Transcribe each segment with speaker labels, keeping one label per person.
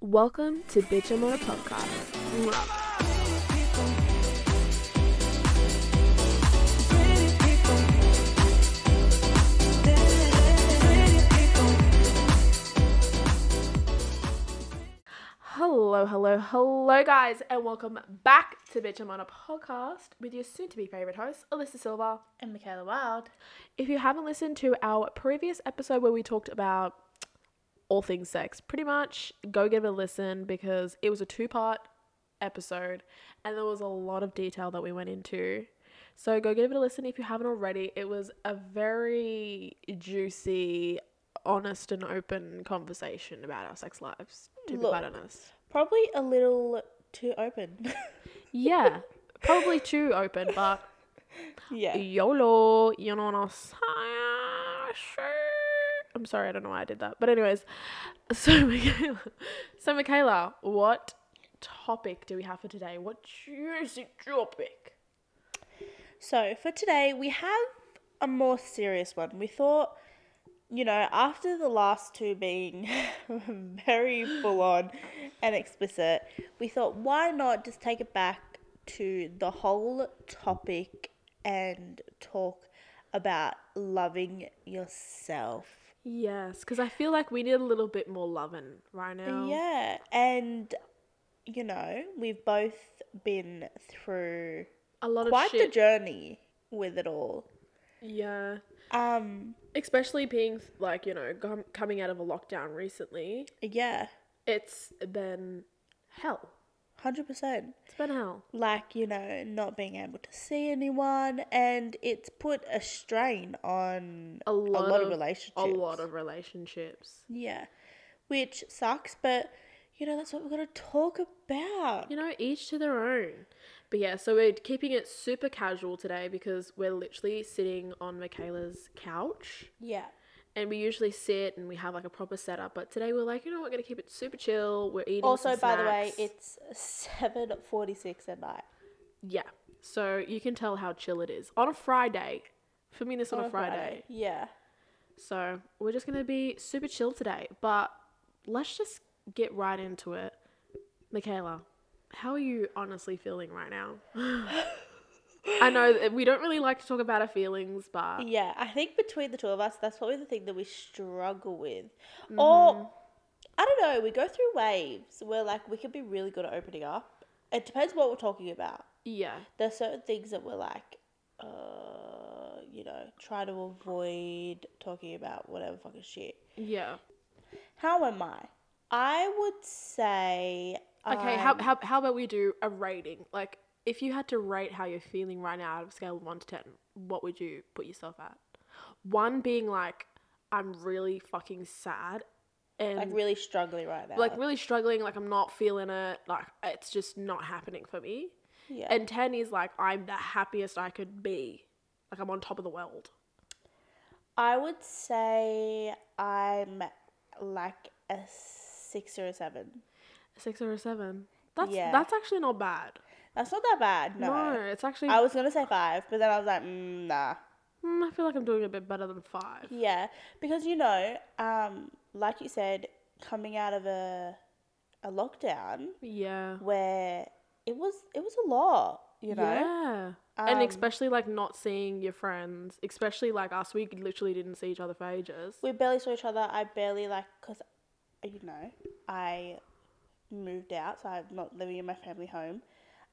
Speaker 1: Welcome to Bitch I'm on a Podcast. Mwah. Hello, hello, hello, guys, and welcome back to Bitch I'm on a Podcast with your soon to be favourite host, Alyssa Silva.
Speaker 2: and Michaela Wild.
Speaker 1: If you haven't listened to our previous episode where we talked about all things sex, pretty much go give it a listen because it was a two part episode and there was a lot of detail that we went into. So go give it a listen if you haven't already. It was a very juicy, honest, and open conversation about our sex lives, to be quite
Speaker 2: Look.
Speaker 1: honest.
Speaker 2: Probably a little too open.
Speaker 1: Yeah, probably too open, but E-
Speaker 2: yeah.
Speaker 1: YOLO, you know what I'm saying? Sure. I'm sorry, I don't know why I did that. But anyways, so Michaela, so Michaela, what topic do we have for today? What juicy topic?
Speaker 2: So for today, we have a more serious one. We thought, you know, after the last two being very full on and explicit, we thought, why not just take it back to the whole topic and talk about loving yourself?
Speaker 1: Yes, because I feel like we need a little bit more loving right now.
Speaker 2: Yeah, and you know, we've both been through
Speaker 1: a lot
Speaker 2: quite
Speaker 1: of shit.
Speaker 2: the journey with it all.
Speaker 1: yeah,
Speaker 2: Um,
Speaker 1: especially being like you know com- coming out of a lockdown recently,
Speaker 2: yeah,
Speaker 1: it's been hell.
Speaker 2: 100%.
Speaker 1: It's been hell.
Speaker 2: Like, you know, not being able to see anyone and it's put a strain on
Speaker 1: A lot,
Speaker 2: lot
Speaker 1: of
Speaker 2: of relationships.
Speaker 1: A lot of relationships.
Speaker 2: yeah, which sucks, but you know, that's what we're going to talk about.
Speaker 1: You know, each to their own. But yeah, so we're keeping it super casual today because we're literally sitting on Michaela's couch
Speaker 2: Yeah.
Speaker 1: and we usually sit and we have like a proper setup. But today we're like, you know, we're going to keep it super chill. We're eating.
Speaker 2: Also,
Speaker 1: some
Speaker 2: by the way,
Speaker 1: snacks.
Speaker 2: it's 7:46 at night.
Speaker 1: Yeah. So you can tell how chill it is on a Friday. For me, this on, a Friday.
Speaker 2: Yeah.
Speaker 1: So we're just going to be super chill today. But let's just get right into it. Michaela, how are you honestly feeling right now? I know that we don't really like to talk about our feelings, but
Speaker 2: Yeah, I think between the two of us, that's probably the thing that we struggle with.
Speaker 1: Mm-hmm.
Speaker 2: Or I don't know, we go through waves where like we could be really good at opening up. It depends what we're talking about.
Speaker 1: yeah,
Speaker 2: There's certain things that we're like, uh, you know, try to avoid talking about whatever fucking shit.
Speaker 1: yeah.
Speaker 2: How am I? I would say
Speaker 1: Okay, how,
Speaker 2: I'm-
Speaker 1: how how about we do a rating? Like, if you had to rate how you're feeling right now out of a scale of one to ten, what would you put yourself at? One being like, I'm really fucking sad, and
Speaker 2: like really struggling right now.
Speaker 1: like really struggling like i'm not feeling it like it's just not happening for me
Speaker 2: yeah.
Speaker 1: and 10 is like i'm the happiest i could be like i'm on top of the world
Speaker 2: I would say I'm like a six or a seven.
Speaker 1: a six or a seven that's
Speaker 2: Yeah.
Speaker 1: that's actually not bad
Speaker 2: That's not that bad. No.
Speaker 1: no, it's actually
Speaker 2: I was gonna say five, but then I was like, mm, nah.
Speaker 1: mm, i feel like i'm doing a bit better than five
Speaker 2: Yeah, because you know, um, like you said, coming out of a a lockdown
Speaker 1: yeah
Speaker 2: where it was it was a lot, you know.
Speaker 1: yeah and
Speaker 2: Um,
Speaker 1: especially like not seeing your friends especially like us we literally didn't see each other for ages
Speaker 2: We barely saw each other. I barely like, cause you know, I moved out, so I'm not living in my family home.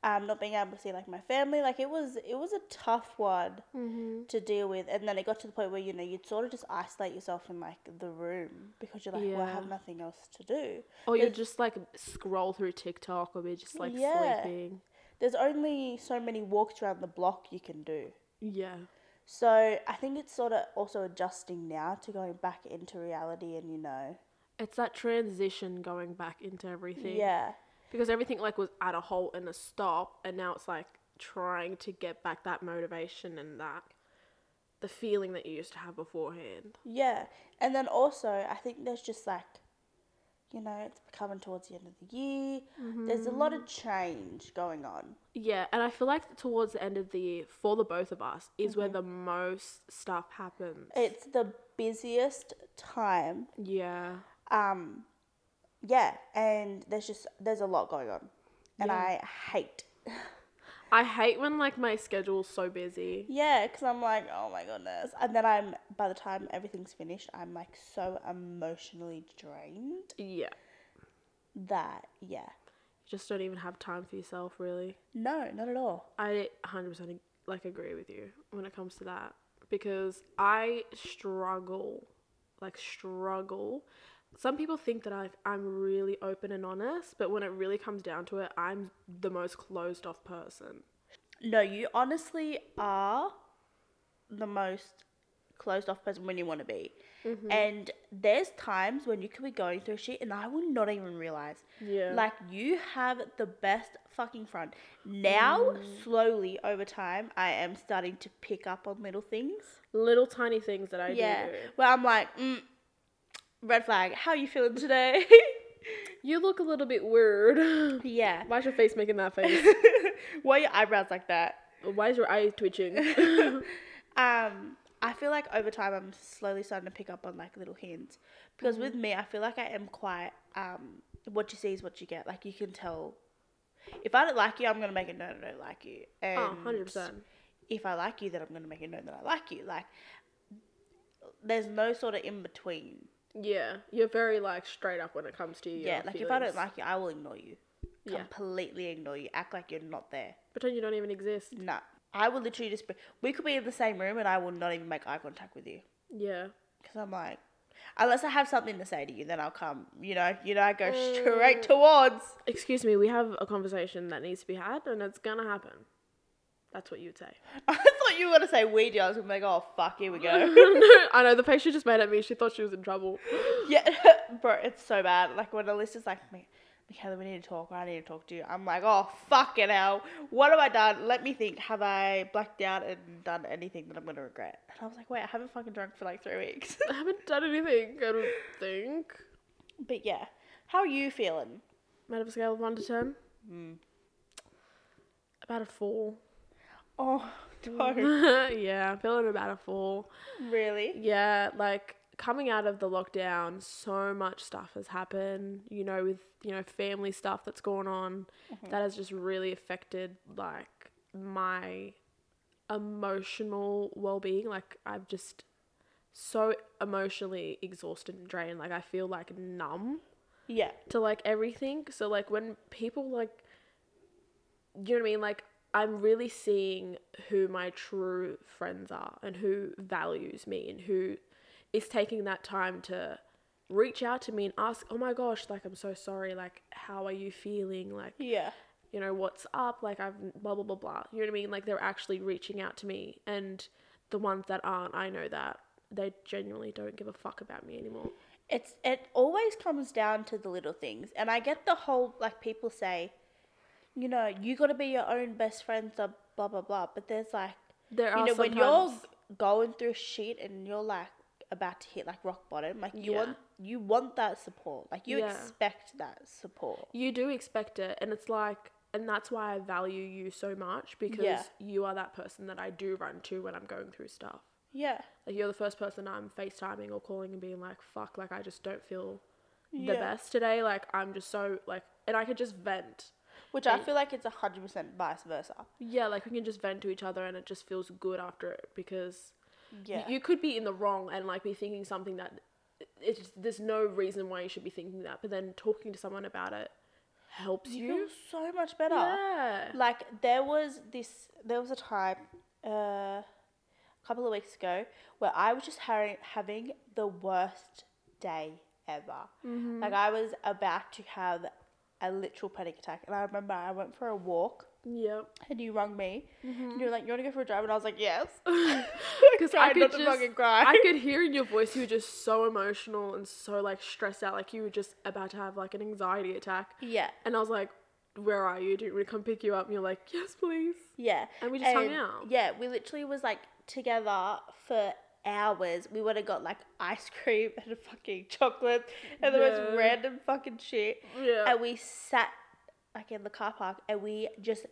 Speaker 2: Um, not being able to see like my family, like it was it was a tough one
Speaker 1: mm-hmm.
Speaker 2: to deal with. And then it got to the point where you know you'd sort of just isolate yourself in like the room because you're like, well, I
Speaker 1: Yeah.
Speaker 2: have nothing else to do.
Speaker 1: or you
Speaker 2: there's-
Speaker 1: just like scroll through tiktok or be just like
Speaker 2: Yeah.
Speaker 1: sleeping
Speaker 2: There's only so many walks around the block you can do.
Speaker 1: yeah
Speaker 2: So I think it's sort of also adjusting now to going back into reality and you know,
Speaker 1: it's that transition going back into everything.
Speaker 2: yeah,
Speaker 1: Because everything like was at a halt and a stop and now it's like trying to get back that motivation and that the feeling that you used to have beforehand.
Speaker 2: Yeah. And then also, I think there's just like, you know, it's coming towards the end of the year. There's a lot of change going on.
Speaker 1: Yeah, and I feel like towards the end of the year for the both of us is where the most stuff Eh. happens.
Speaker 2: It's the busiest time.
Speaker 1: yeah.
Speaker 2: Um, yeah, and there's just there's a lot going on, and
Speaker 1: Yeah.
Speaker 2: I hate.
Speaker 1: I hate when like my schedule's so busy.
Speaker 2: Yeah, because I'm like, oh my goodness, and then I'm by the time everything's finished, I'm like so emotionally drained
Speaker 1: Yeah.
Speaker 2: that yeah,
Speaker 1: You just don't even have time for yourself really.
Speaker 2: no, not at all.
Speaker 1: I 100% like agree with you when it comes to that because I struggle like struggle. Some people think that I I'm really open and honest, but when it really comes down to it, I'm the most closed off person.
Speaker 2: No, you honestly are the most closed off person when you want to be. And there's times when you could be going through shit and I will not even realize.
Speaker 1: Yeah.
Speaker 2: Like you have the best fucking front. Now, slowly over time, I am starting to pick up on little things.
Speaker 1: Little tiny things that I
Speaker 2: yeah.
Speaker 1: do.
Speaker 2: Where I'm like, mm, red flag, how you feeling today?
Speaker 1: You look a little bit weird.
Speaker 2: yeah.
Speaker 1: Why's your face making that face?
Speaker 2: Why are your eyebrows like that?
Speaker 1: Why is your eye twitching? Oh,
Speaker 2: Um, I feel like over time I'm slowly starting to pick up on like little hints because with me I feel like I am quite um what you see is what you get. Like you can tell if I don't like you, I'm gonna make it known I don't like you. And
Speaker 1: oh, 100%.
Speaker 2: if I like you, then I'm gonna make it known that I like you. Like there's no sort of in between.
Speaker 1: Yeah. You're very like straight up when it comes to you.
Speaker 2: Yeah, like if I don't like you, I will ignore you.
Speaker 1: Yeah.
Speaker 2: Completely ignore you. Act like you're not there.
Speaker 1: pretend you don't even exist.
Speaker 2: Nah. I will literally just be, we could be in the same room and I will not even make eye contact with you.
Speaker 1: Yeah.
Speaker 2: Because I'm like, unless I have something to say to you, then I'll come. You know, you know, I go straight towards.
Speaker 1: Excuse me, we have a conversation that needs to be had and it's gonna happen. That's what you'd say.
Speaker 2: I thought you were gonna say we do. I was gonna be like, oh fuck, here we go.
Speaker 1: No, I know the face she just made at me, she thought she was in trouble.
Speaker 2: yeah, bro, it's so bad. Like when Alyssa's like, "Mi- Michaela, we need to talk. or I need to talk to you. I'm like, oh fucking hell, what have I done? Let me think. Have I blacked out and done anything that I'm gonna regret? And I was like, wait, I haven't fucking drunk for like three weeks.
Speaker 1: I haven't done anything, I don't think.
Speaker 2: but yeah, how are you feeling?
Speaker 1: Might have a scale of one to ten. Hmm. About a four.
Speaker 2: Oh, don't
Speaker 1: yeah, I'm feeling about a four.
Speaker 2: really.
Speaker 1: Yeah, like coming out of the lockdown, so much stuff has happened, you know, with, you know, family stuff that's gone on that has just really affected like my emotional well-being. Like I've just so emotionally exhausted and drained. Like I feel like numb
Speaker 2: Yeah,
Speaker 1: to like everything. So like when people like you know what I mean? Like I'm really seeing who my true friends are and who values me and who is taking that time to reach out to me and ask, "Oh my gosh, like I'm so sorry. Like how are you feeling? Like
Speaker 2: yeah,
Speaker 1: you know, what's up? Like, I've blah, blah, blah, blah. You know what I mean? Like, they're actually reaching out to me. And the ones that aren't, I know that they genuinely don't give a fuck about me anymore.
Speaker 2: it's it always comes down to the little things and i get the whole like people say you know you got to be your own best friend so blah blah blah but there's like
Speaker 1: There are
Speaker 2: you know when you're
Speaker 1: sometimes-
Speaker 2: g- going through shit and you're like about to hit like rock bottom like you
Speaker 1: Yeah.
Speaker 2: want you want that support like you
Speaker 1: Yeah.
Speaker 2: expect that support
Speaker 1: you do expect it and it's like and that's why I value you so much because
Speaker 2: Yeah.
Speaker 1: you are that person that I do run to when I'm going through stuff.
Speaker 2: yeah
Speaker 1: Like you're the first person I'm FaceTiming or calling and being like, fuck, like I just don't feel
Speaker 2: Yeah.
Speaker 1: the best today. Like I'm just so like and I could just vent.
Speaker 2: which i feel like it's 100% vice versa
Speaker 1: Yeah, like we can just vent to each other and it just feels good after it because
Speaker 2: yeah
Speaker 1: you could be in the wrong and like be thinking something that it's just, there's no reason why you should be thinking that, but then talking to someone about it helps
Speaker 2: you
Speaker 1: you.
Speaker 2: feel so much better
Speaker 1: Yeah.
Speaker 2: like there was this there was a time uh, a couple of weeks ago where i was just having, having the worst day ever
Speaker 1: Mm-hmm.
Speaker 2: like i was about to have a literal panic attack and i remember i went for a walk
Speaker 1: Yep.
Speaker 2: and you rung me and you were like you want to go for a drive and i was like yes
Speaker 1: Because Mm-hmm.
Speaker 2: Tried
Speaker 1: I could
Speaker 2: not to
Speaker 1: just,
Speaker 2: fucking cry.
Speaker 1: I could hear in your voice you were just so emotional and so like stressed out, like you were just about to have like an anxiety attack.
Speaker 2: yeah
Speaker 1: And I was like, "Where are you? Do you want me to come pick you up?" And you're like, "Yes, please."
Speaker 2: yeah um,
Speaker 1: And we just hung out.
Speaker 2: yeah we literally was like together for hours we would have got like ice cream and fucking chocolate and the
Speaker 1: Yeah.
Speaker 2: most random fucking shit
Speaker 1: Yeah.
Speaker 2: and we sat like in the car park and we just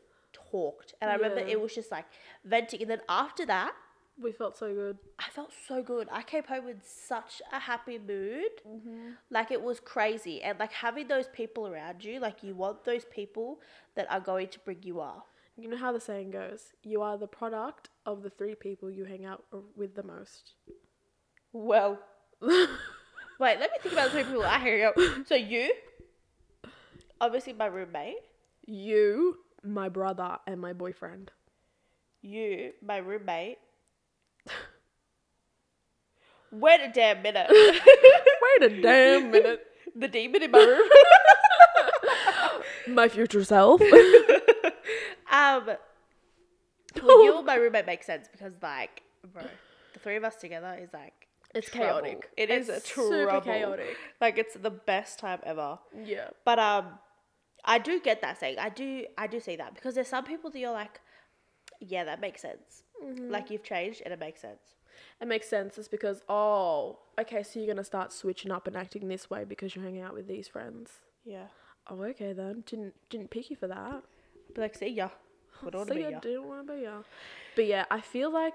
Speaker 2: talked and i remember
Speaker 1: Yeah.
Speaker 2: it was just like venting and then after that
Speaker 1: We felt so good.
Speaker 2: I felt so good. I came home with such a happy mood.
Speaker 1: Mm-hmm.
Speaker 2: Like it was crazy. And like having those people around you, like you want those people that are going to bring you up.
Speaker 1: You know how the saying goes you are the product of the three people you hang out r- with the most.
Speaker 2: Well, wait, let me think about the three people I hang out. So you, obviously my roommate,
Speaker 1: you, my brother, and my boyfriend.
Speaker 2: you, my roommate. Wait a damn minute.
Speaker 1: Wait a damn minute.
Speaker 2: the demon in my room.
Speaker 1: My future self.
Speaker 2: Um,
Speaker 1: Oh.
Speaker 2: well, you and my roommate makes sense because, like, bro, the three of us together is like
Speaker 1: It's
Speaker 2: trouble.
Speaker 1: chaotic.
Speaker 2: It is
Speaker 1: It's
Speaker 2: trouble.
Speaker 1: super chaotic.
Speaker 2: Like, it's the best time ever.
Speaker 1: yeah.
Speaker 2: But um, I do get that saying. I do. I do see that because there's some people that you're like, yeah, that makes sense. Like you've changed and it makes sense.
Speaker 1: It makes sense. It's because, oh, okay, so you're going to start switching up and acting this way because you're hanging out with these friends.
Speaker 2: Yeah.
Speaker 1: Oh, okay then. Didn't didn't pick you for that.
Speaker 2: But like, see ya. What
Speaker 1: So
Speaker 2: be
Speaker 1: yeah,
Speaker 2: ya.
Speaker 1: didn't want to be yeah. But yeah, I feel like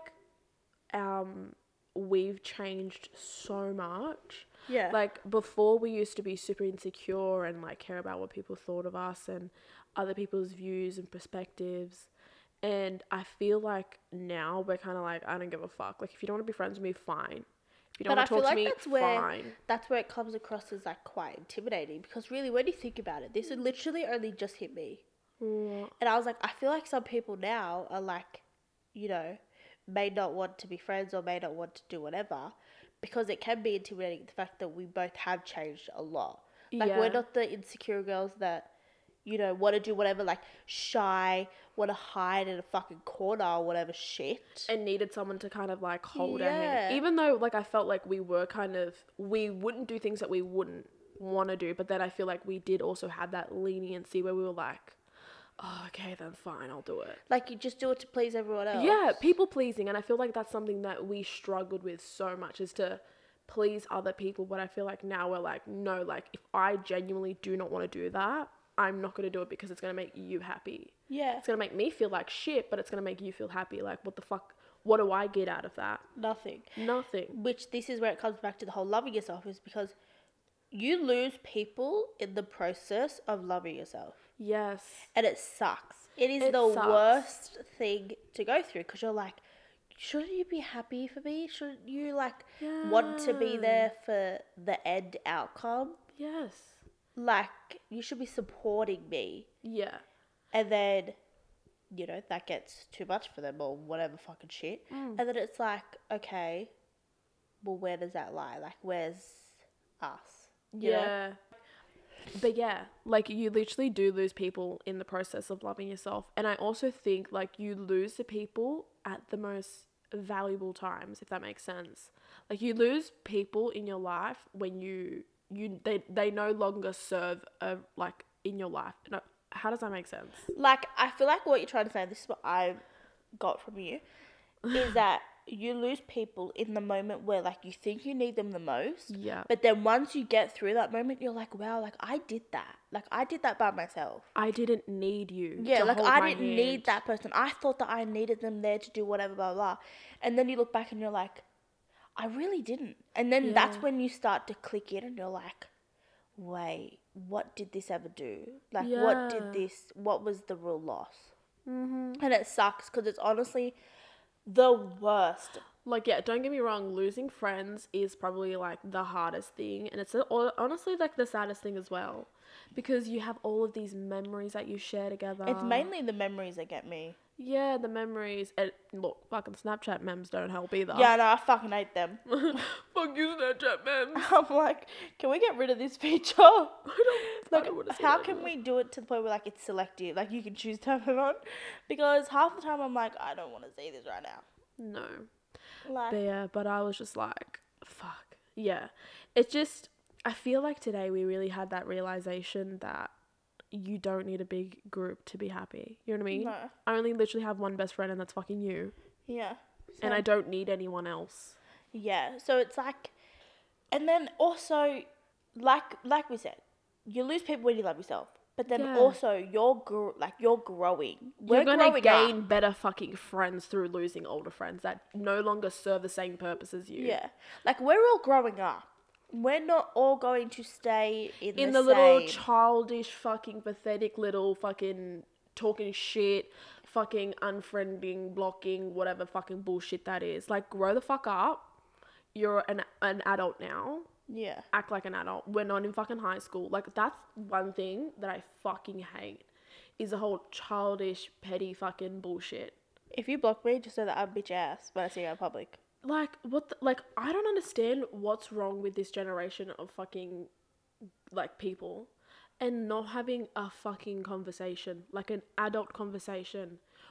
Speaker 1: um we've changed so much.
Speaker 2: Yeah.
Speaker 1: Like before we used to be super insecure and like care about what people thought of us and other people's views and perspectives. And I feel like now we're kind of like I don't give a fuck. Like if you don't want to be friends with me, fine. If you don't
Speaker 2: But I
Speaker 1: want to
Speaker 2: feel
Speaker 1: talk
Speaker 2: like
Speaker 1: to me,
Speaker 2: that's where
Speaker 1: fine.
Speaker 2: that's where it comes across as like quite intimidating because really when you think about it, this literally only just hit me.
Speaker 1: Mm,
Speaker 2: And I was like, I feel like some people now are like, you know, may not want to be friends or may not want to do whatever because it can be intimidating the fact that we both have changed a lot. Like,
Speaker 1: Yeah.
Speaker 2: we're not the insecure girls that, you know, want to do whatever, like, shy, want to hide in a fucking corner or whatever shit.
Speaker 1: and needed someone to kind of like hold a
Speaker 2: Yeah.
Speaker 1: hand. Even though like I felt like we were kind of we wouldn't do things that we wouldn't want to do, but then I feel like we did also have that leniency where we were like, oh, okay, then fine, I'll do it.
Speaker 2: Like, you just do it to please everyone else.
Speaker 1: Yeah, people pleasing, and I feel like that's something that we struggled with so much is to please other people. But I feel like now we're like, no, like if I genuinely do not want to do that, I'm not going to do it because it's going to make you happy.
Speaker 2: Yeah.
Speaker 1: It's going to make me feel like shit, but it's going to make you feel happy. Like, what the fuck? What do I get out of that?
Speaker 2: Nothing.
Speaker 1: Nothing.
Speaker 2: Which this is where it comes back to the whole loving yourself is because you lose people in the process of loving yourself.
Speaker 1: Yes.
Speaker 2: and it sucks. It is
Speaker 1: It
Speaker 2: the
Speaker 1: sucks.
Speaker 2: worst thing to go through because you're like, shouldn't you be happy for me? Shouldn't you like want to be
Speaker 1: Yeah.
Speaker 2: there for the end outcome?
Speaker 1: Yes.
Speaker 2: Like you should be supporting me,
Speaker 1: Yeah.
Speaker 2: and then you know that gets too much for them or whatever fucking shit, and then it's like, okay, well where does that lie? Like where's us? You know?
Speaker 1: Yeah. But yeah, like you literally do lose people in the process of loving yourself. And I also think like you lose the people at the most valuable times, if that makes sense. Like you lose people in your life when you you they they no longer serve a like in your life. No, how does that make sense?
Speaker 2: like I feel like what you're trying to say, this is what I got from you, is that you lose people in the moment where like you think you need them the most.
Speaker 1: Yeah.
Speaker 2: But then once you get through that moment, you're like, wow, like I did that. Like I did that by myself.
Speaker 1: I didn't need you.
Speaker 2: Yeah,
Speaker 1: to
Speaker 2: like
Speaker 1: hold
Speaker 2: I
Speaker 1: my
Speaker 2: didn't
Speaker 1: hand.
Speaker 2: need that person. I thought that I needed them there to do whatever, blah, blah. blah. And then you look back and you're like, I really didn't. And then that's
Speaker 1: Yeah.
Speaker 2: when you start to click in and you're like, wait, what did this ever do? Like, what
Speaker 1: Yeah.
Speaker 2: did this, what was the real loss? Mm-hmm. And it sucks because it's honestly the worst.
Speaker 1: like yeah don't get me wrong losing friends is probably like the hardest thing and it's o- honestly like the saddest thing as well because you have all of these memories that you share together
Speaker 2: it's mainly the memories that get me.
Speaker 1: yeah the memories and look fucking snapchat memes don't help either
Speaker 2: Yeah, no, I fucking hate them.
Speaker 1: fuck you snapchat memes
Speaker 2: I'm like, can we get rid of this feature? like,
Speaker 1: don't wanna see
Speaker 2: how
Speaker 1: that
Speaker 2: can we do it to the point where like it's selective? Like you can choose to have it on, because half the time I'm like, I don't want to see this right now.
Speaker 1: no
Speaker 2: Like,
Speaker 1: but yeah but i was just like fuck yeah it's just i feel like today we really had that realization that you don't need a big group to be happy you know what i mean
Speaker 2: No.
Speaker 1: i only literally have one best friend and that's fucking you
Speaker 2: yeah,
Speaker 1: and I
Speaker 2: So-
Speaker 1: don't need anyone else.
Speaker 2: yeah. So it's like, and then also, like like we said, you lose people when you love yourself. But then
Speaker 1: Yeah.
Speaker 2: also you're gr- like you're growing. We're
Speaker 1: You're gonna
Speaker 2: growing up.
Speaker 1: gain better fucking friends through losing older friends that no longer serve the same purpose as you.
Speaker 2: Yeah. Like we're all growing up. We're not all going to stay in,
Speaker 1: In
Speaker 2: the,
Speaker 1: the, little
Speaker 2: same-
Speaker 1: childish, fucking pathetic little fucking talking shit, fucking unfriending, blocking, whatever fucking bullshit that is. Like grow the fuck up. You're an an adult now.
Speaker 2: yeah.
Speaker 1: act like an adult. We're not in fucking high school. Like that's one thing that I fucking hate is the whole childish, petty fucking bullshit.
Speaker 2: If you block me, just know that I'm bitch ass when I see you in public.
Speaker 1: Like what? The, like I don't understand what's wrong with this generation of fucking like people and not having a fucking conversation, like an adult conversation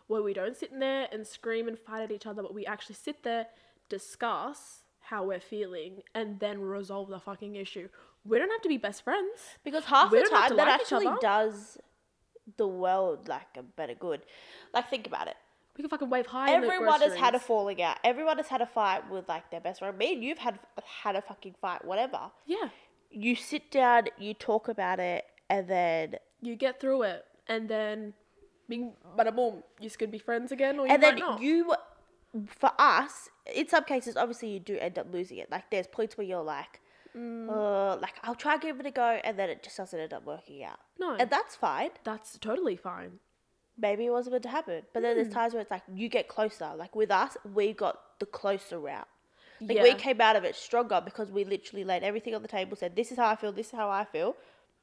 Speaker 1: where we don't sit in there and scream and fight at each other, but we actually sit there, discuss how we're feeling, and then resolve the fucking issue. We don't have to be best friends.
Speaker 2: Because half
Speaker 1: We
Speaker 2: the
Speaker 1: don't have
Speaker 2: time
Speaker 1: to
Speaker 2: that
Speaker 1: like each
Speaker 2: actually
Speaker 1: other.
Speaker 2: does the world like a better good. Like think about it.
Speaker 1: We can fucking wave high. in the
Speaker 2: Everyone has had a
Speaker 1: groceries.
Speaker 2: falling out. Everyone has had a fight with like their best friend. Me and you've had had a fucking fight, whatever.
Speaker 1: yeah.
Speaker 2: You sit down, you talk about it, and then
Speaker 1: You get through it, and then, bing, bada boom, you could be friends again, or you
Speaker 2: and
Speaker 1: might
Speaker 2: then
Speaker 1: not.
Speaker 2: you for us in some cases obviously you do end up losing it like there's points where you're like
Speaker 1: Mm.
Speaker 2: uh, like i'll try give it a go and then it just doesn't end up working out
Speaker 1: no,
Speaker 2: and that's fine
Speaker 1: that's totally fine.
Speaker 2: maybe it wasn't meant to happen but then
Speaker 1: Hmm.
Speaker 2: there's times where it's like you get closer like with us we got the closer route like we
Speaker 1: Yeah.
Speaker 2: came out of it stronger because we literally laid everything on the table said this is how i feel this is how i feel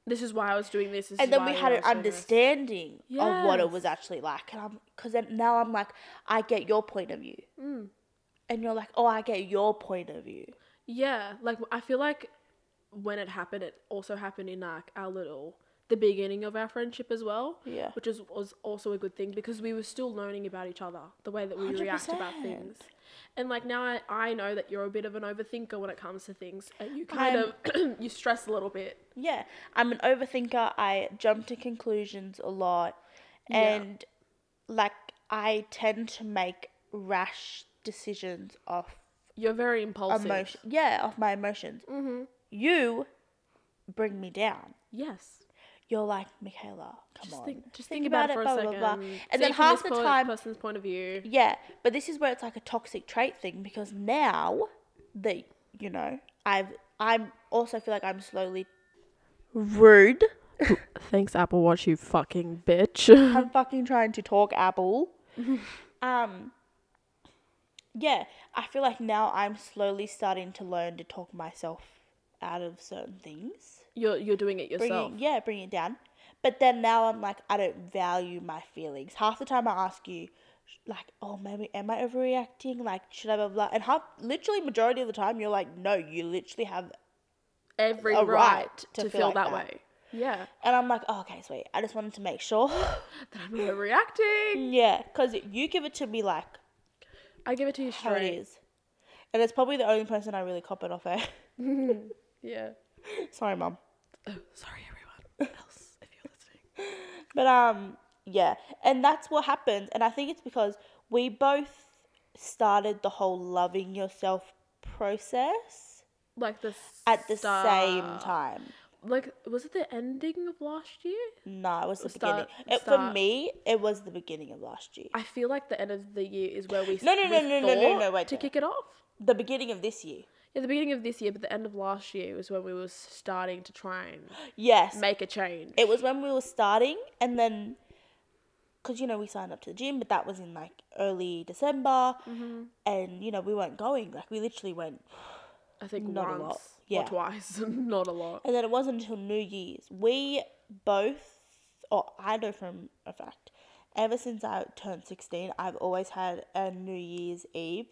Speaker 1: This is why I was doing this. this
Speaker 2: and
Speaker 1: is
Speaker 2: then
Speaker 1: why
Speaker 2: we
Speaker 1: I
Speaker 2: had an
Speaker 1: was doing this.
Speaker 2: understanding of what it was
Speaker 1: Yes.
Speaker 2: actually like and i'm because then now i'm like i get your point of view
Speaker 1: Hmm.
Speaker 2: and you're like oh i get your point of view
Speaker 1: Yeah, like I feel like when it happened, it also happened in like our little the beginning of our friendship as well.
Speaker 2: Yeah.
Speaker 1: which is was also a good thing because we were still learning about each other, the way that we react about
Speaker 2: 100%.
Speaker 1: things, and like now I, I know that you're a bit of an overthinker when it comes to things, and you kind of you stress a little bit.
Speaker 2: yeah i'm an overthinker i jump to conclusions a lot and like i tend to make rash decisions off
Speaker 1: You're very impulsive.
Speaker 2: emotion yeah off my emotions
Speaker 1: Mhm.
Speaker 2: you bring me down
Speaker 1: Yes.
Speaker 2: you're like michaela come
Speaker 1: Just
Speaker 2: on
Speaker 1: think, just think, about, it for a second.
Speaker 2: and
Speaker 1: See
Speaker 2: then
Speaker 1: it from
Speaker 2: half
Speaker 1: this
Speaker 2: the
Speaker 1: po-
Speaker 2: time
Speaker 1: person's point of view.
Speaker 2: Yeah, but this is where it's like a toxic trait thing because now that you know, I've I'm also feel like I'm slowly rude.
Speaker 1: Thanks, Apple Watch, you fucking bitch.
Speaker 2: I'm fucking trying to talk apple. um yeah, I feel like now I'm slowly starting to learn to talk myself out of certain things.
Speaker 1: you're you're doing it
Speaker 2: Bring
Speaker 1: yourself.
Speaker 2: it, yeah, bring it down. But then now I'm like I don't value my feelings. Half the time I ask you sh- like, oh, maybe am I overreacting? Like, should I blah blah? blah? And half, literally, majority of the time, you're like, no, you literally have.
Speaker 1: Every
Speaker 2: a
Speaker 1: right,
Speaker 2: right to
Speaker 1: to,
Speaker 2: feel
Speaker 1: feel,
Speaker 2: like
Speaker 1: that,
Speaker 2: that.
Speaker 1: way. Yeah,
Speaker 2: And I'm like, oh, okay, sweet. I just wanted to make sure.
Speaker 1: that I'm overreacting.
Speaker 2: yeah, because you give it to me like
Speaker 1: I give it to you
Speaker 2: how it
Speaker 1: straight.
Speaker 2: is, and it's probably the only person I really cop it off. Eh?
Speaker 1: Yeah.
Speaker 2: Sorry, mum.
Speaker 1: Oh, sorry, everyone else, if you're listening.
Speaker 2: But um, yeah, and that's what happens, and I think it's because we both started the whole loving yourself process
Speaker 1: Like the
Speaker 2: at the
Speaker 1: start-
Speaker 2: same time.
Speaker 1: Like, was it the ending of last year?
Speaker 2: No, it was the
Speaker 1: Start-
Speaker 2: beginning. It, for
Speaker 1: start-
Speaker 2: me, it was the beginning of last year.
Speaker 1: I feel like the end of the year is where we s-
Speaker 2: No, no,
Speaker 1: we
Speaker 2: no, no, no, no,
Speaker 1: thought
Speaker 2: no, wait,
Speaker 1: to
Speaker 2: no.
Speaker 1: kick it off.
Speaker 2: The beginning of this year.
Speaker 1: Yeah, the beginning of this year, but the end of last year was when we were starting to try and
Speaker 2: Yes.
Speaker 1: make a change.
Speaker 2: It was when we were starting, and then, because, you know, we signed up to the gym, but that was in like early December, and, you know, we weren't going. Like, we literally went.
Speaker 1: I think
Speaker 2: not a
Speaker 1: once
Speaker 2: lot.
Speaker 1: or
Speaker 2: Yeah.
Speaker 1: twice, not a lot.
Speaker 2: And then it wasn't until New Year's. We both, or I know from a fact, ever since I turned 16, I've always had a New Year's Eve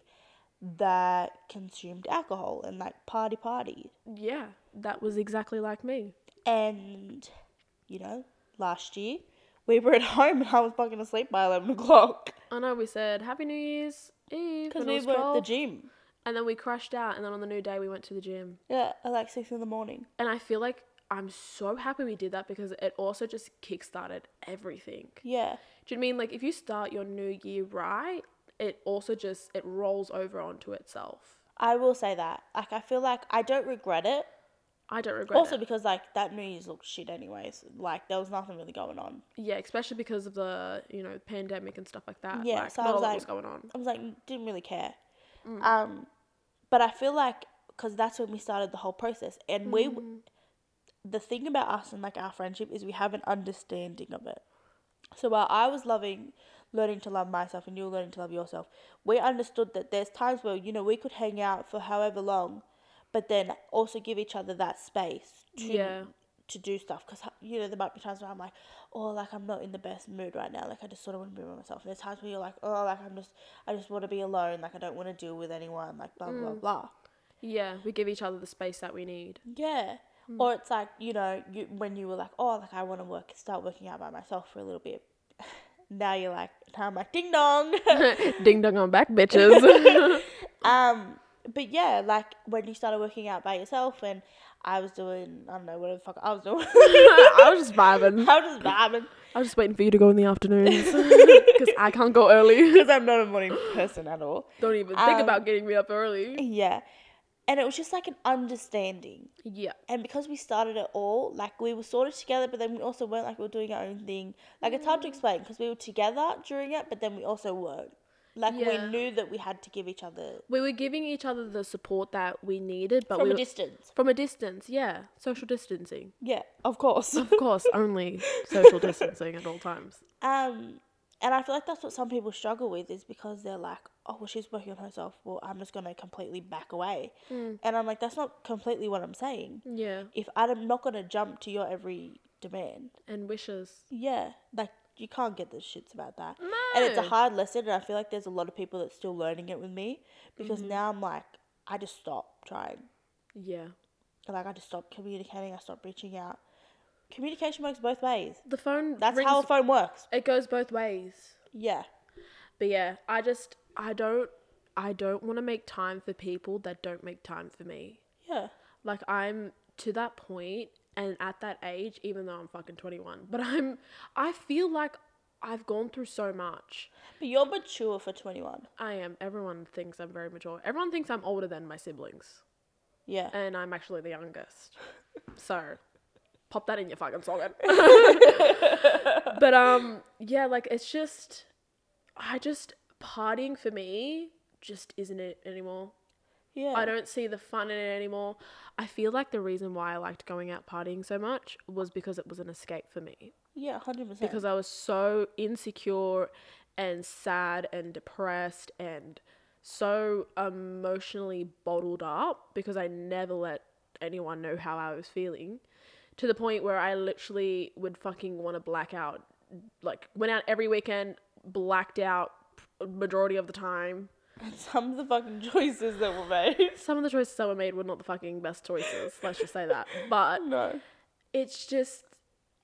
Speaker 2: that consumed alcohol and like party party.
Speaker 1: Yeah, that was exactly like me.
Speaker 2: And, you know, last year we were at home and I was fucking asleep by 11 o'clock
Speaker 1: I know we said Happy New Year's Eve
Speaker 2: because
Speaker 1: when I
Speaker 2: we
Speaker 1: was
Speaker 2: were at the
Speaker 1: 12,
Speaker 2: gym.
Speaker 1: and then we crashed out, and then on the new day we went to the gym.
Speaker 2: Yeah, at like 6 in the morning.
Speaker 1: And I feel like I'm so happy we did that because it also just kickstarted everything.
Speaker 2: Yeah.
Speaker 1: Do you know what I mean like if you start your new year right, it also just it rolls over onto itself.
Speaker 2: I will say that. Like, I feel like I don't regret it.
Speaker 1: I don't regret
Speaker 2: Also,
Speaker 1: it.
Speaker 2: because like that news looked shit, anyways. Like there was nothing really going on.
Speaker 1: Yeah, especially because of the you know pandemic and stuff like that.
Speaker 2: Yeah,
Speaker 1: like,
Speaker 2: so I
Speaker 1: not
Speaker 2: was
Speaker 1: a lot
Speaker 2: like-
Speaker 1: was going on.
Speaker 2: I was like, didn't really care. Um, but I feel like because that's when we started the whole process, and we,
Speaker 1: Mm,
Speaker 2: the thing about us and like our friendship is we have an understanding of it. So while I was loving, learning to love myself, and you were learning to love yourself, we understood that there's times where you know we could hang out for however long, but then also give each other that space to
Speaker 1: Yeah.
Speaker 2: to do stuff because you know there might be times where I'm like, oh, like I'm not in the best mood right now. Like I just sort of want to be by myself. And there's times where you're like, oh, like I'm just, I just want to be alone. Like I don't want to deal with anyone. Like blah blah blah.
Speaker 1: Yeah, we give each other the space that we need.
Speaker 2: Yeah. Or it's like you know you when you were like, oh, like I want to work, start working out by myself for a little bit. now you're like, now I'm like, ding dong.
Speaker 1: Ding dong, I'm back, bitches.
Speaker 2: um, but yeah, like when you started working out by yourself, and I was doing, I don't know, whatever the fuck I was doing.
Speaker 1: I was just vibing.
Speaker 2: I was just vibing.
Speaker 1: I was just waiting for you to go in the afternoons because I can't go early.
Speaker 2: because I'm not a morning person at all.
Speaker 1: Don't even think
Speaker 2: Um,
Speaker 1: about getting me up early.
Speaker 2: Yeah. And it was just like an understanding.
Speaker 1: Yeah,
Speaker 2: And because we started it all, like we were sort of together, but then we also weren't like we were doing our own thing. Like it's hard to explain because we were together during it, but then we also weren't. Like
Speaker 1: Yeah.
Speaker 2: we knew that we had to give each other
Speaker 1: we were giving each other the support that we needed, but
Speaker 2: from
Speaker 1: we
Speaker 2: a
Speaker 1: were-
Speaker 2: distance.
Speaker 1: from a distance. Yeah, social distancing,
Speaker 2: Yeah, of course.
Speaker 1: of course, only social distancing at all times.
Speaker 2: Um, and I feel like that's what some people struggle with is because they're like, oh, well, she's working on herself. Well, I'm just going to completely back away. And I'm like, that's not completely what I'm saying.
Speaker 1: Yeah,
Speaker 2: if I'm not gonna jump to your every demand,
Speaker 1: and wishes.
Speaker 2: yeah, like you can't get the shits about that. And it's a
Speaker 1: No.
Speaker 2: hard lesson, and I feel like there's a lot of people that's still learning it with me because
Speaker 1: Mm-hmm.
Speaker 2: now I'm like, I just stopped trying.
Speaker 1: Yeah,
Speaker 2: Like I just stopped communicating. I stopped reaching out. Communication works both ways.
Speaker 1: the phone.
Speaker 2: That's
Speaker 1: rings,
Speaker 2: how a phone works.
Speaker 1: it goes both ways.
Speaker 2: Yeah.
Speaker 1: But yeah, I just I don't I don't want to make time for people that don't make time for me.
Speaker 2: Yeah.
Speaker 1: Like I'm to that point and at that age even though I'm fucking 21, but I'm I feel like I've gone through so much.
Speaker 2: But you're mature for 21.
Speaker 1: I am everyone thinks I'm very mature. Everyone thinks I'm older than my siblings
Speaker 2: Yeah.
Speaker 1: and I'm actually the youngest. so pop that in your fucking socket. but um yeah, like it's just I just partying for me just isn't it anymore.
Speaker 2: Yeah.
Speaker 1: I don't see the fun in it anymore. I feel like the reason why I liked going out partying so much was because it was an escape for me.
Speaker 2: Yeah. 100%.
Speaker 1: Because I was so insecure and sad and depressed and so emotionally bottled up because I never let anyone know how I was feeling to the point where I literally would fucking want to black out. Like, went out every weekend, blacked out majority of the time.
Speaker 2: Some of the fucking choices that were made.
Speaker 1: Some of the choices that were made were not the fucking best choices, let's just say that. But
Speaker 2: no.
Speaker 1: it's just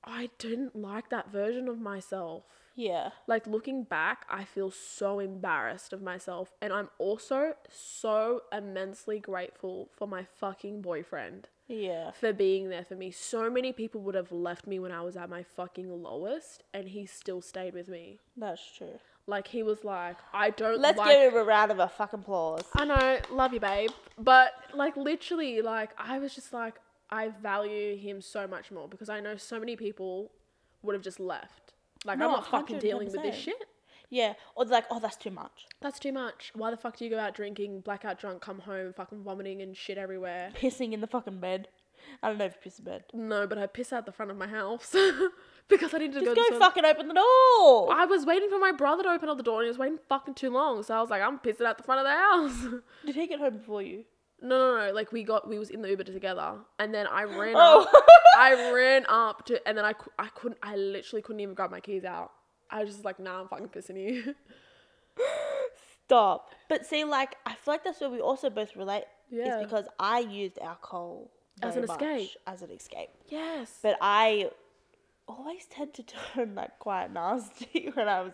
Speaker 1: I didn't like that version of myself.
Speaker 2: Yeah.
Speaker 1: Like looking back, I feel so embarrassed of myself and I'm also so immensely grateful for my fucking boyfriend
Speaker 2: Yeah.
Speaker 1: for being there for me. So many people would have left me when I was at my fucking lowest and he still stayed with me.
Speaker 2: That's true.
Speaker 1: Like he was like, I don't
Speaker 2: Let's
Speaker 1: like
Speaker 2: give him a round of a fucking applause.
Speaker 1: I know, love you, babe. But like literally, like I was just like, I value him so much more because I know so many people would have just left. Like
Speaker 2: No,
Speaker 1: I'm not fucking dealing with this
Speaker 2: 110%.
Speaker 1: shit.
Speaker 2: Yeah. Or they're like, oh, that's too much.
Speaker 1: That's too much. Why the fuck do you go out drinking, blackout drunk, come home, fucking vomiting and shit everywhere?
Speaker 2: Pissing in the fucking bed. I don't know if you piss in bed.
Speaker 1: No, but I piss out the front of my house because I needed to go. to
Speaker 2: Just go
Speaker 1: the toilet.
Speaker 2: fucking open the door.
Speaker 1: I was waiting for my brother to open up the door and he was waiting fucking too long. So I was like, I'm pissing out the front of the house.
Speaker 2: Did he get home before you?
Speaker 1: No, no, no. Like we got, we was in the Uber together, and then I ran
Speaker 2: Oh.
Speaker 1: up. I ran up to, and then I, cou- I couldn't, I literally couldn't even grab my keys out. I was just like, nah, I'm fucking pissing you.
Speaker 2: Stop. But see, like, I feel like that's where we also both relate.
Speaker 1: Yeah.
Speaker 2: Is because I used alcohol
Speaker 1: As
Speaker 2: very
Speaker 1: an escape.
Speaker 2: much As an escape.
Speaker 1: yes.
Speaker 2: But I always tend to turn like quite nasty when I was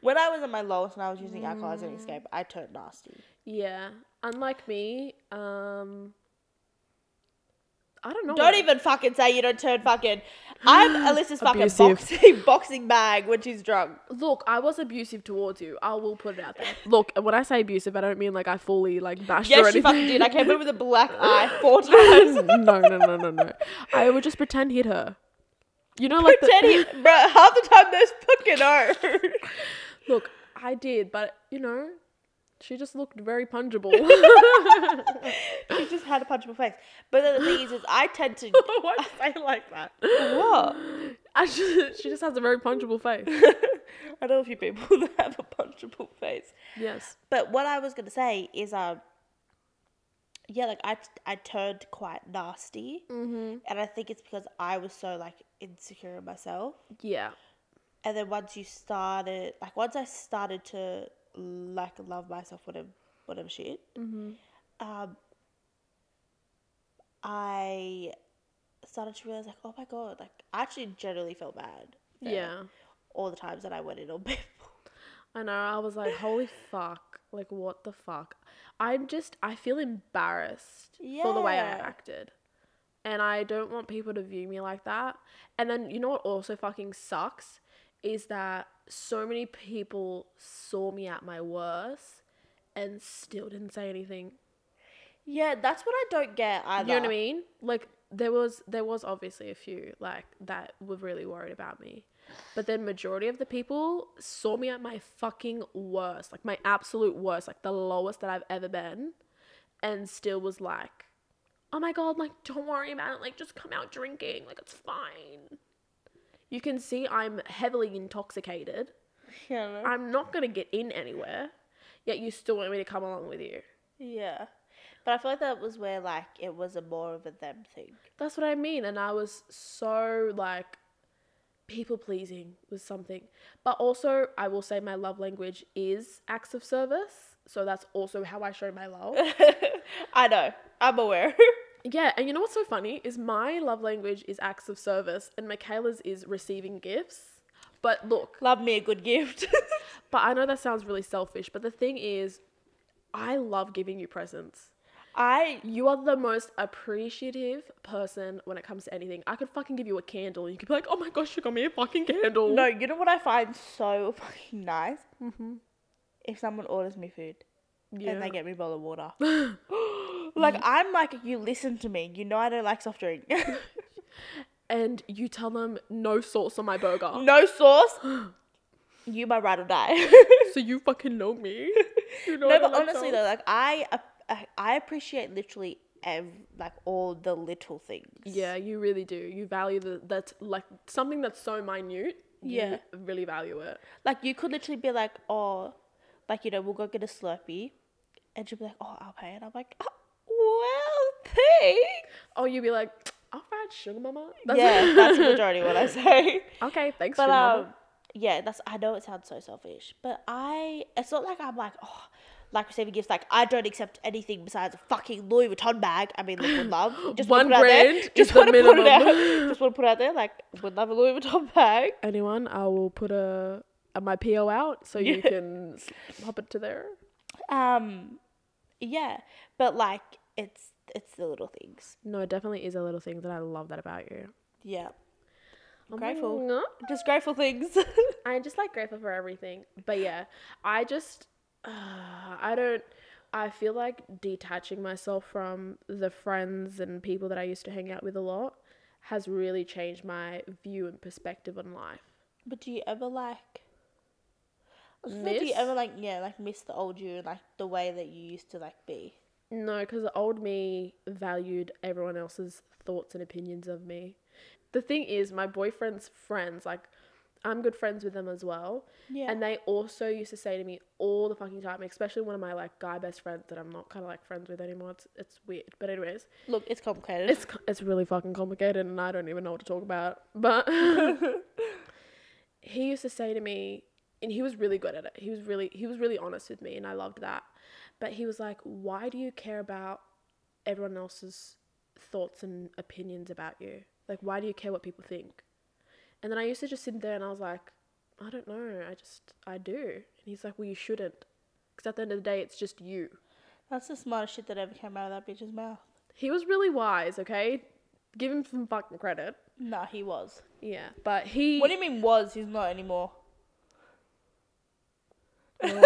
Speaker 2: when I was at my lowest and I was using alcohol
Speaker 1: Mm.
Speaker 2: as an escape. I turned nasty.
Speaker 1: yeah. Unlike me, um, I don't know.
Speaker 2: Don't even fucking say you don't turn fucking. I'm Alyssa's fucking
Speaker 1: Abusive.
Speaker 2: boxing, boxing bag when she's drunk.
Speaker 1: Look, I was abusive towards you. I will put it out there. Look, when I say abusive, I don't mean like I fully like bashed or
Speaker 2: Yes, she
Speaker 1: anything.
Speaker 2: fucking did. I came in with a black eye four times.
Speaker 1: no, no, no, no, no. I would just pretend hit her. You know, like
Speaker 2: Pretend
Speaker 1: the,
Speaker 2: he, bro, half the time there's fucking no.
Speaker 1: look, I did, but you know, she just looked very pungible.
Speaker 2: she just had a punchable face. But then the thing is, is I tend to.
Speaker 1: Why do you say it like that?
Speaker 2: What?
Speaker 1: I just, she just has a very pungible face.
Speaker 2: I know a few people that have a punchable face.
Speaker 1: Yes.
Speaker 2: But what I was gonna say is, um, yeah, like I I turned quite nasty,
Speaker 1: Mm-hmm.
Speaker 2: and I think it's because I was so like insecure in myself.
Speaker 1: Yeah.
Speaker 2: And then once you started, like once I started to like love myself, whatever, whatever shit,
Speaker 1: Mm-hmm.
Speaker 2: um, I started to realize like, oh my god, like I actually generally felt bad. for
Speaker 1: Yeah.
Speaker 2: All the times that I went in on people.
Speaker 1: I know. I was like, holy fuck. Like, what the fuck? I'm just, I feel embarrassed for the way I
Speaker 2: Yeah.
Speaker 1: acted. And I don't want people to view me like that. And then, you know what also fucking sucks? Is that so many people saw me at my worst and still didn't say anything.
Speaker 2: Yeah, that's what I don't get either.
Speaker 1: You know what I mean? Like there was there was obviously a few like that were really worried about me. But then majority of the people saw me at my fucking worst, like my absolute worst, like the lowest that I've ever been and still was like, "Oh my god, like don't worry about it. Like just come out drinking. Like it's fine." You can see I'm heavily intoxicated.
Speaker 2: Yeah. I know.
Speaker 1: I'm not going to get in anywhere. Yet you still want me to come along with you.
Speaker 2: Yeah. But I feel like that was where like it was a more of a them thing.
Speaker 1: That's what I mean. And I was so like people pleasing was something. But also, I will say my love language is acts of service. So that's also how I show my love.
Speaker 2: I know. I'm aware.
Speaker 1: yeah. And you know what's so funny is my love language is acts of service and Michaela's is receiving gifts. But look,
Speaker 2: Love me a good gift.
Speaker 1: but I know that sounds really selfish. But the thing is, I love giving you presents.
Speaker 2: I
Speaker 1: You are the most appreciative person when it comes to anything. I could fucking give you a candle and you could be like, oh my gosh, you got me a fucking candle.
Speaker 2: no, you know what I find so fucking nice? Mm-hmm. If someone orders me food
Speaker 1: Yeah.
Speaker 2: and they get me a bowl of water. like I'm like, you listen to me. You know I don't like soft drink.
Speaker 1: and you tell them no sauce on my burger.
Speaker 2: no sauce. You my ride or die.
Speaker 1: So you fucking know me. You know I
Speaker 2: no,
Speaker 1: don't
Speaker 2: but
Speaker 1: like
Speaker 2: honestly though,
Speaker 1: sauce.
Speaker 2: like I, I, I appreciate literally ev- like all the little things.
Speaker 1: Yeah, you really do. You value the that's like something that's so minute. you
Speaker 2: Yeah.
Speaker 1: really value it.
Speaker 2: Like you could literally be like, oh, like you know, we'll go get a Slurpee, and she'll be like, oh, I'll pay, and I'm like, oh, well, thanks.
Speaker 1: Oh, you'd be like, all right, sugar mama.
Speaker 2: yeah, that's the majority of what I say.
Speaker 1: okay, thanks,
Speaker 2: But
Speaker 1: sugar
Speaker 2: um,
Speaker 1: mama.
Speaker 2: yeah, that's I know it sounds so selfish, but I it's not like I'm like oh. Like receiving gifts, like I don't accept anything besides a fucking Louis Vuitton bag. I mean, like, would love. Just wanna
Speaker 1: One
Speaker 2: put it out there.
Speaker 1: brand is
Speaker 2: Just
Speaker 1: the
Speaker 2: want to put it out.
Speaker 1: minimum.
Speaker 2: Just want to put it out there. Like, would love a Louis Vuitton bag.
Speaker 1: Anyone, I will put a, a my PO out so you
Speaker 2: Yeah.
Speaker 1: can s- pop it to there.
Speaker 2: Um, yeah, but like it's it's the little things.
Speaker 1: No, it definitely is a little thing that I love that about you.
Speaker 2: Yeah,
Speaker 1: I'm
Speaker 2: Grateful.
Speaker 1: not-
Speaker 2: just grateful things.
Speaker 1: I'm just like grateful for everything. But yeah, I just, uh, I don't, I feel like detaching myself from the friends and people that I used to hang out with a lot has really changed my view and perspective on life.
Speaker 2: but do you ever like? I was gonna say, Do you
Speaker 1: Miss?
Speaker 2: ever like yeah like miss the old you and like the way that you used to like be?
Speaker 1: No, because the old me valued everyone else's thoughts and opinions of me. The thing is, my boyfriend's friends, like, I'm good friends with them as well.
Speaker 2: Yeah.
Speaker 1: And they also used to say to me all the fucking time, especially one of my like guy best friends that I'm not kind of like friends with anymore. It's it's weird, but anyways,
Speaker 2: Look, it's complicated.
Speaker 1: it's co- it's really fucking complicated, and I don't even know what to talk about. But he used to say to me, and he was really good at it. He was really he was really honest with me, and I loved that. But he was like, "Why do you care about everyone else's thoughts and opinions about you? Like, why do you care what people think?" And then I used to just sit there and I was like, "I don't know. I just I do." And he's like, "Well, you shouldn't, because at the end of the day, it's just you."
Speaker 2: That's the smartest shit that ever came out of that bitch's mouth.
Speaker 1: He was really wise, okay? Give him some fucking credit.
Speaker 2: Nah, he was.
Speaker 1: Yeah, but he.
Speaker 2: What do you mean was? He's not anymore.
Speaker 1: well,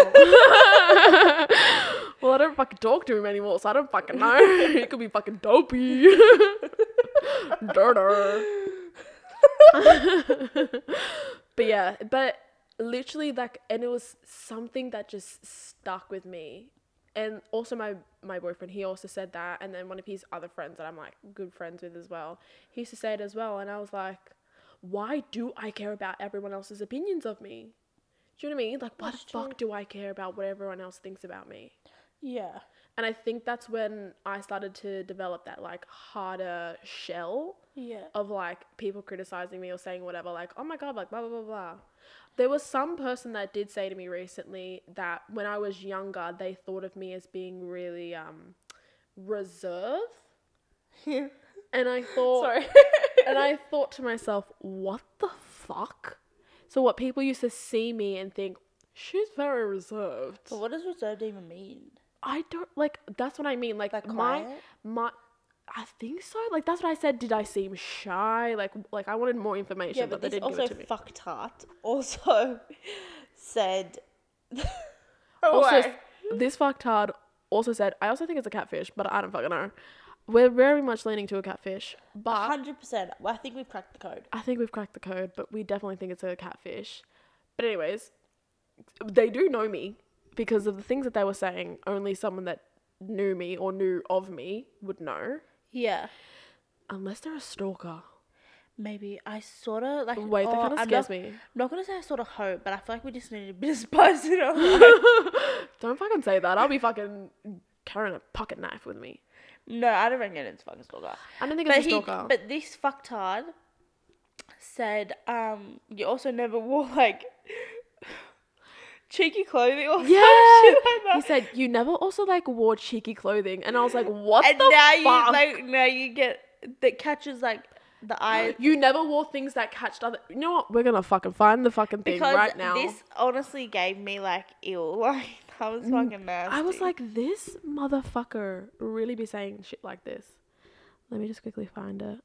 Speaker 1: I don't fucking talk to him anymore, so I don't fucking know. he could be fucking dopey. Dirter. but yeah, but literally like and it was something that just stuck with me. And also my my boyfriend, he also said that and then one of his other friends that I'm like good friends with as well, he used to say it as well and I was like, Why do I care about everyone else's opinions of me? Do you know what I mean? Like why the
Speaker 2: That's true.
Speaker 1: fuck do I care about what everyone else thinks about me?
Speaker 2: Yeah.
Speaker 1: And I think that's when I started to develop that like harder shell
Speaker 2: Yeah.
Speaker 1: of like people criticizing me or saying whatever, like, oh my God, like blah, blah, blah, blah. There was some person that did say to me recently that when I was younger, they thought of me as being really um, reserved. And I thought,
Speaker 2: Sorry.
Speaker 1: and I thought to myself, what the fuck? So, what people used to see me and think, she's very reserved.
Speaker 2: but what does reserved even mean?
Speaker 1: I don't like. That's what I mean. Like,
Speaker 2: Like
Speaker 1: my
Speaker 2: quiet?
Speaker 1: my. I think so. Like that's what I said. Did I seem shy? Like like I wanted more information,
Speaker 2: Yeah,
Speaker 1: but,
Speaker 2: but,
Speaker 1: they
Speaker 2: this
Speaker 1: didn't give it
Speaker 2: also
Speaker 1: to me.
Speaker 2: fucktart also said. Oh,
Speaker 1: also,
Speaker 2: Away.
Speaker 1: this fucktard also said. I also think it's a catfish, but I don't fucking know. We're very much leaning to a catfish, but
Speaker 2: hundred percent. I think we cracked the code.
Speaker 1: I think we've cracked the code. But we definitely think it's a catfish. But anyways, they do know me because of the things that they were saying. Only someone that knew me or knew of me would know,
Speaker 2: Yeah.
Speaker 1: unless they're a stalker.
Speaker 2: Maybe I sort of like.
Speaker 1: Wait, that
Speaker 2: oh,
Speaker 1: kind of
Speaker 2: I'm
Speaker 1: scares
Speaker 2: not,
Speaker 1: me.
Speaker 2: I'm not gonna say I sort of hope, but I feel like we just needed a bit of spice in our life.
Speaker 1: Don't fucking say that. I'll be fucking carrying a pocket knife with me.
Speaker 2: No, I don't reckon it's fucking stalker.
Speaker 1: I don't think
Speaker 2: But
Speaker 1: it's a
Speaker 2: he,
Speaker 1: stalker.
Speaker 2: but this fucktard said, um, you also never wore like cheeky clothing or some
Speaker 1: Yeah.
Speaker 2: shit like that.
Speaker 1: he said you never also like wore cheeky clothing, and I was like, what
Speaker 2: and
Speaker 1: the
Speaker 2: now
Speaker 1: fuck?
Speaker 2: you like now you get that catches like the eye
Speaker 1: you never wore things that catched other. You know what? We're gonna fucking find the fucking thing
Speaker 2: because
Speaker 1: right now.
Speaker 2: this honestly gave me like ill. Like I was fucking nasty.
Speaker 1: Mm, I was like, this motherfucker really be saying shit like this. Let me just quickly find it.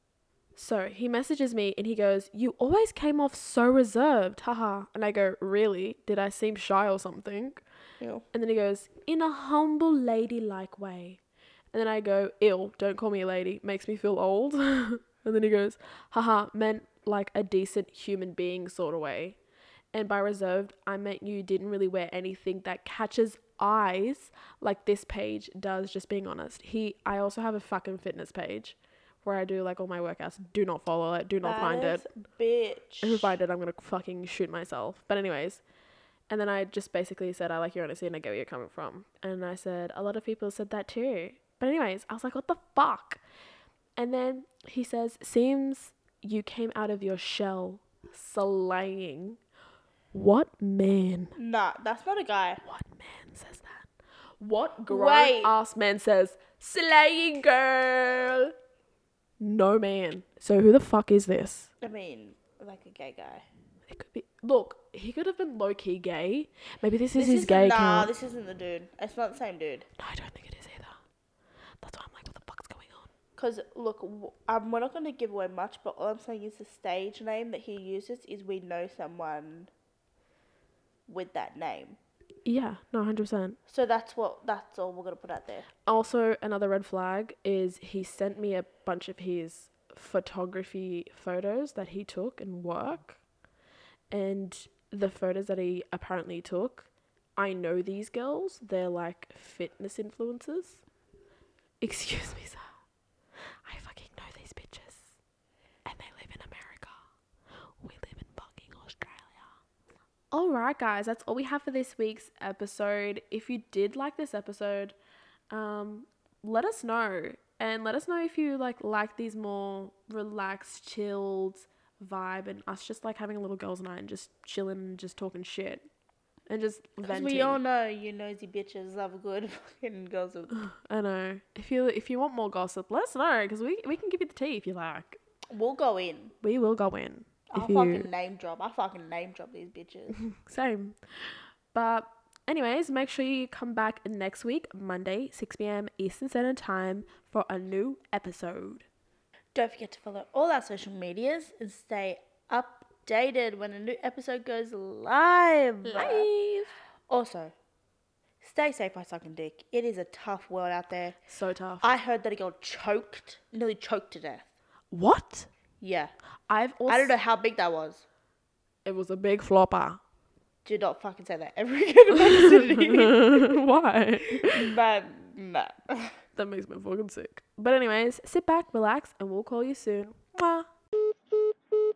Speaker 1: So he messages me and he goes, You always came off so reserved, haha. And I go, Really? Did I seem shy or something?
Speaker 2: Ew.
Speaker 1: And then he goes, In a humble ladylike way. And then I go, Ill, don't call me a lady. Makes me feel old. and then he goes, Haha, meant like a decent human being sort of way. And by reserved, I meant you didn't really wear anything that catches eyes like this page does, just being honest. He I also have a fucking fitness page where I do like all my workouts. Do not follow it, do not find it.
Speaker 2: Baddest Bitch.
Speaker 1: If I find it, I'm gonna fucking shoot myself. But anyways, and then I just basically said I like your honesty and I get where you're coming from. And I said a lot of people said that too. But anyways, I was like, what the fuck? And then he says, seems you came out of your shell, slaying. What man?
Speaker 2: Nah, that's not a guy.
Speaker 1: What man says that? What grown
Speaker 2: Wait.
Speaker 1: ass man says slaying girl? No man. So who the fuck is this?
Speaker 2: I mean, like a gay guy.
Speaker 1: It could be. Look, he could have been low key gay. Maybe this, is
Speaker 2: This
Speaker 1: his
Speaker 2: isn't-
Speaker 1: gay
Speaker 2: Nah,
Speaker 1: count.
Speaker 2: this isn't the dude. It's not the same dude.
Speaker 1: No, I don't think it is either. That's why I'm like, what the fuck's going on?
Speaker 2: Cause look, w- um, we're not gonna give away much, but all I'm saying is the stage name that he uses is we know someone with that name.
Speaker 1: Yeah, no, hundred percent.
Speaker 2: So that's what that's all we're gonna put out there.
Speaker 1: Also, another red flag is he sent me a bunch of his photography photos that he took in work, and the photos that he apparently took. I know these girls. They're like fitness influencers. Excuse me, sir. I fucking know these bitches, and they live in America. We live in fucking Australia. All right, guys, that's all we have for this week's episode. If you did like this episode, um, let us know and let us know if you like like these more relaxed, chilled vibe and us just like having a little girls' night and just chilling and just talking shit and just
Speaker 2: Because
Speaker 1: venting.
Speaker 2: we all know you nosy bitches love a good fucking girls. With,
Speaker 1: I know. If you if you want more gossip, let us know because we we can give you the tea if you like.
Speaker 2: we'll go in.
Speaker 1: We will go in.
Speaker 2: I'll
Speaker 1: if you-
Speaker 2: fucking name drop. I fucking name drop these bitches.
Speaker 1: Same. But anyways, make sure you come back next week, Monday, 6 p.m. Eastern Standard Time for a new episode.
Speaker 2: Don't forget to follow all our social medias and stay updated when a new episode goes live.
Speaker 1: Live.
Speaker 2: Also, stay safe by sucking dick. It is a tough world out there.
Speaker 1: So tough.
Speaker 2: I heard that a girl choked, nearly choked to death.
Speaker 1: what?
Speaker 2: Yeah.
Speaker 1: I've also.
Speaker 2: I don't know how big that was.
Speaker 1: It was a big flopper.
Speaker 2: Do not fucking say that ever again about the
Speaker 1: Why?
Speaker 2: city. but no.
Speaker 1: That makes me fucking sick. But anyways, sit back, relax, and we'll call you soon. Mwah.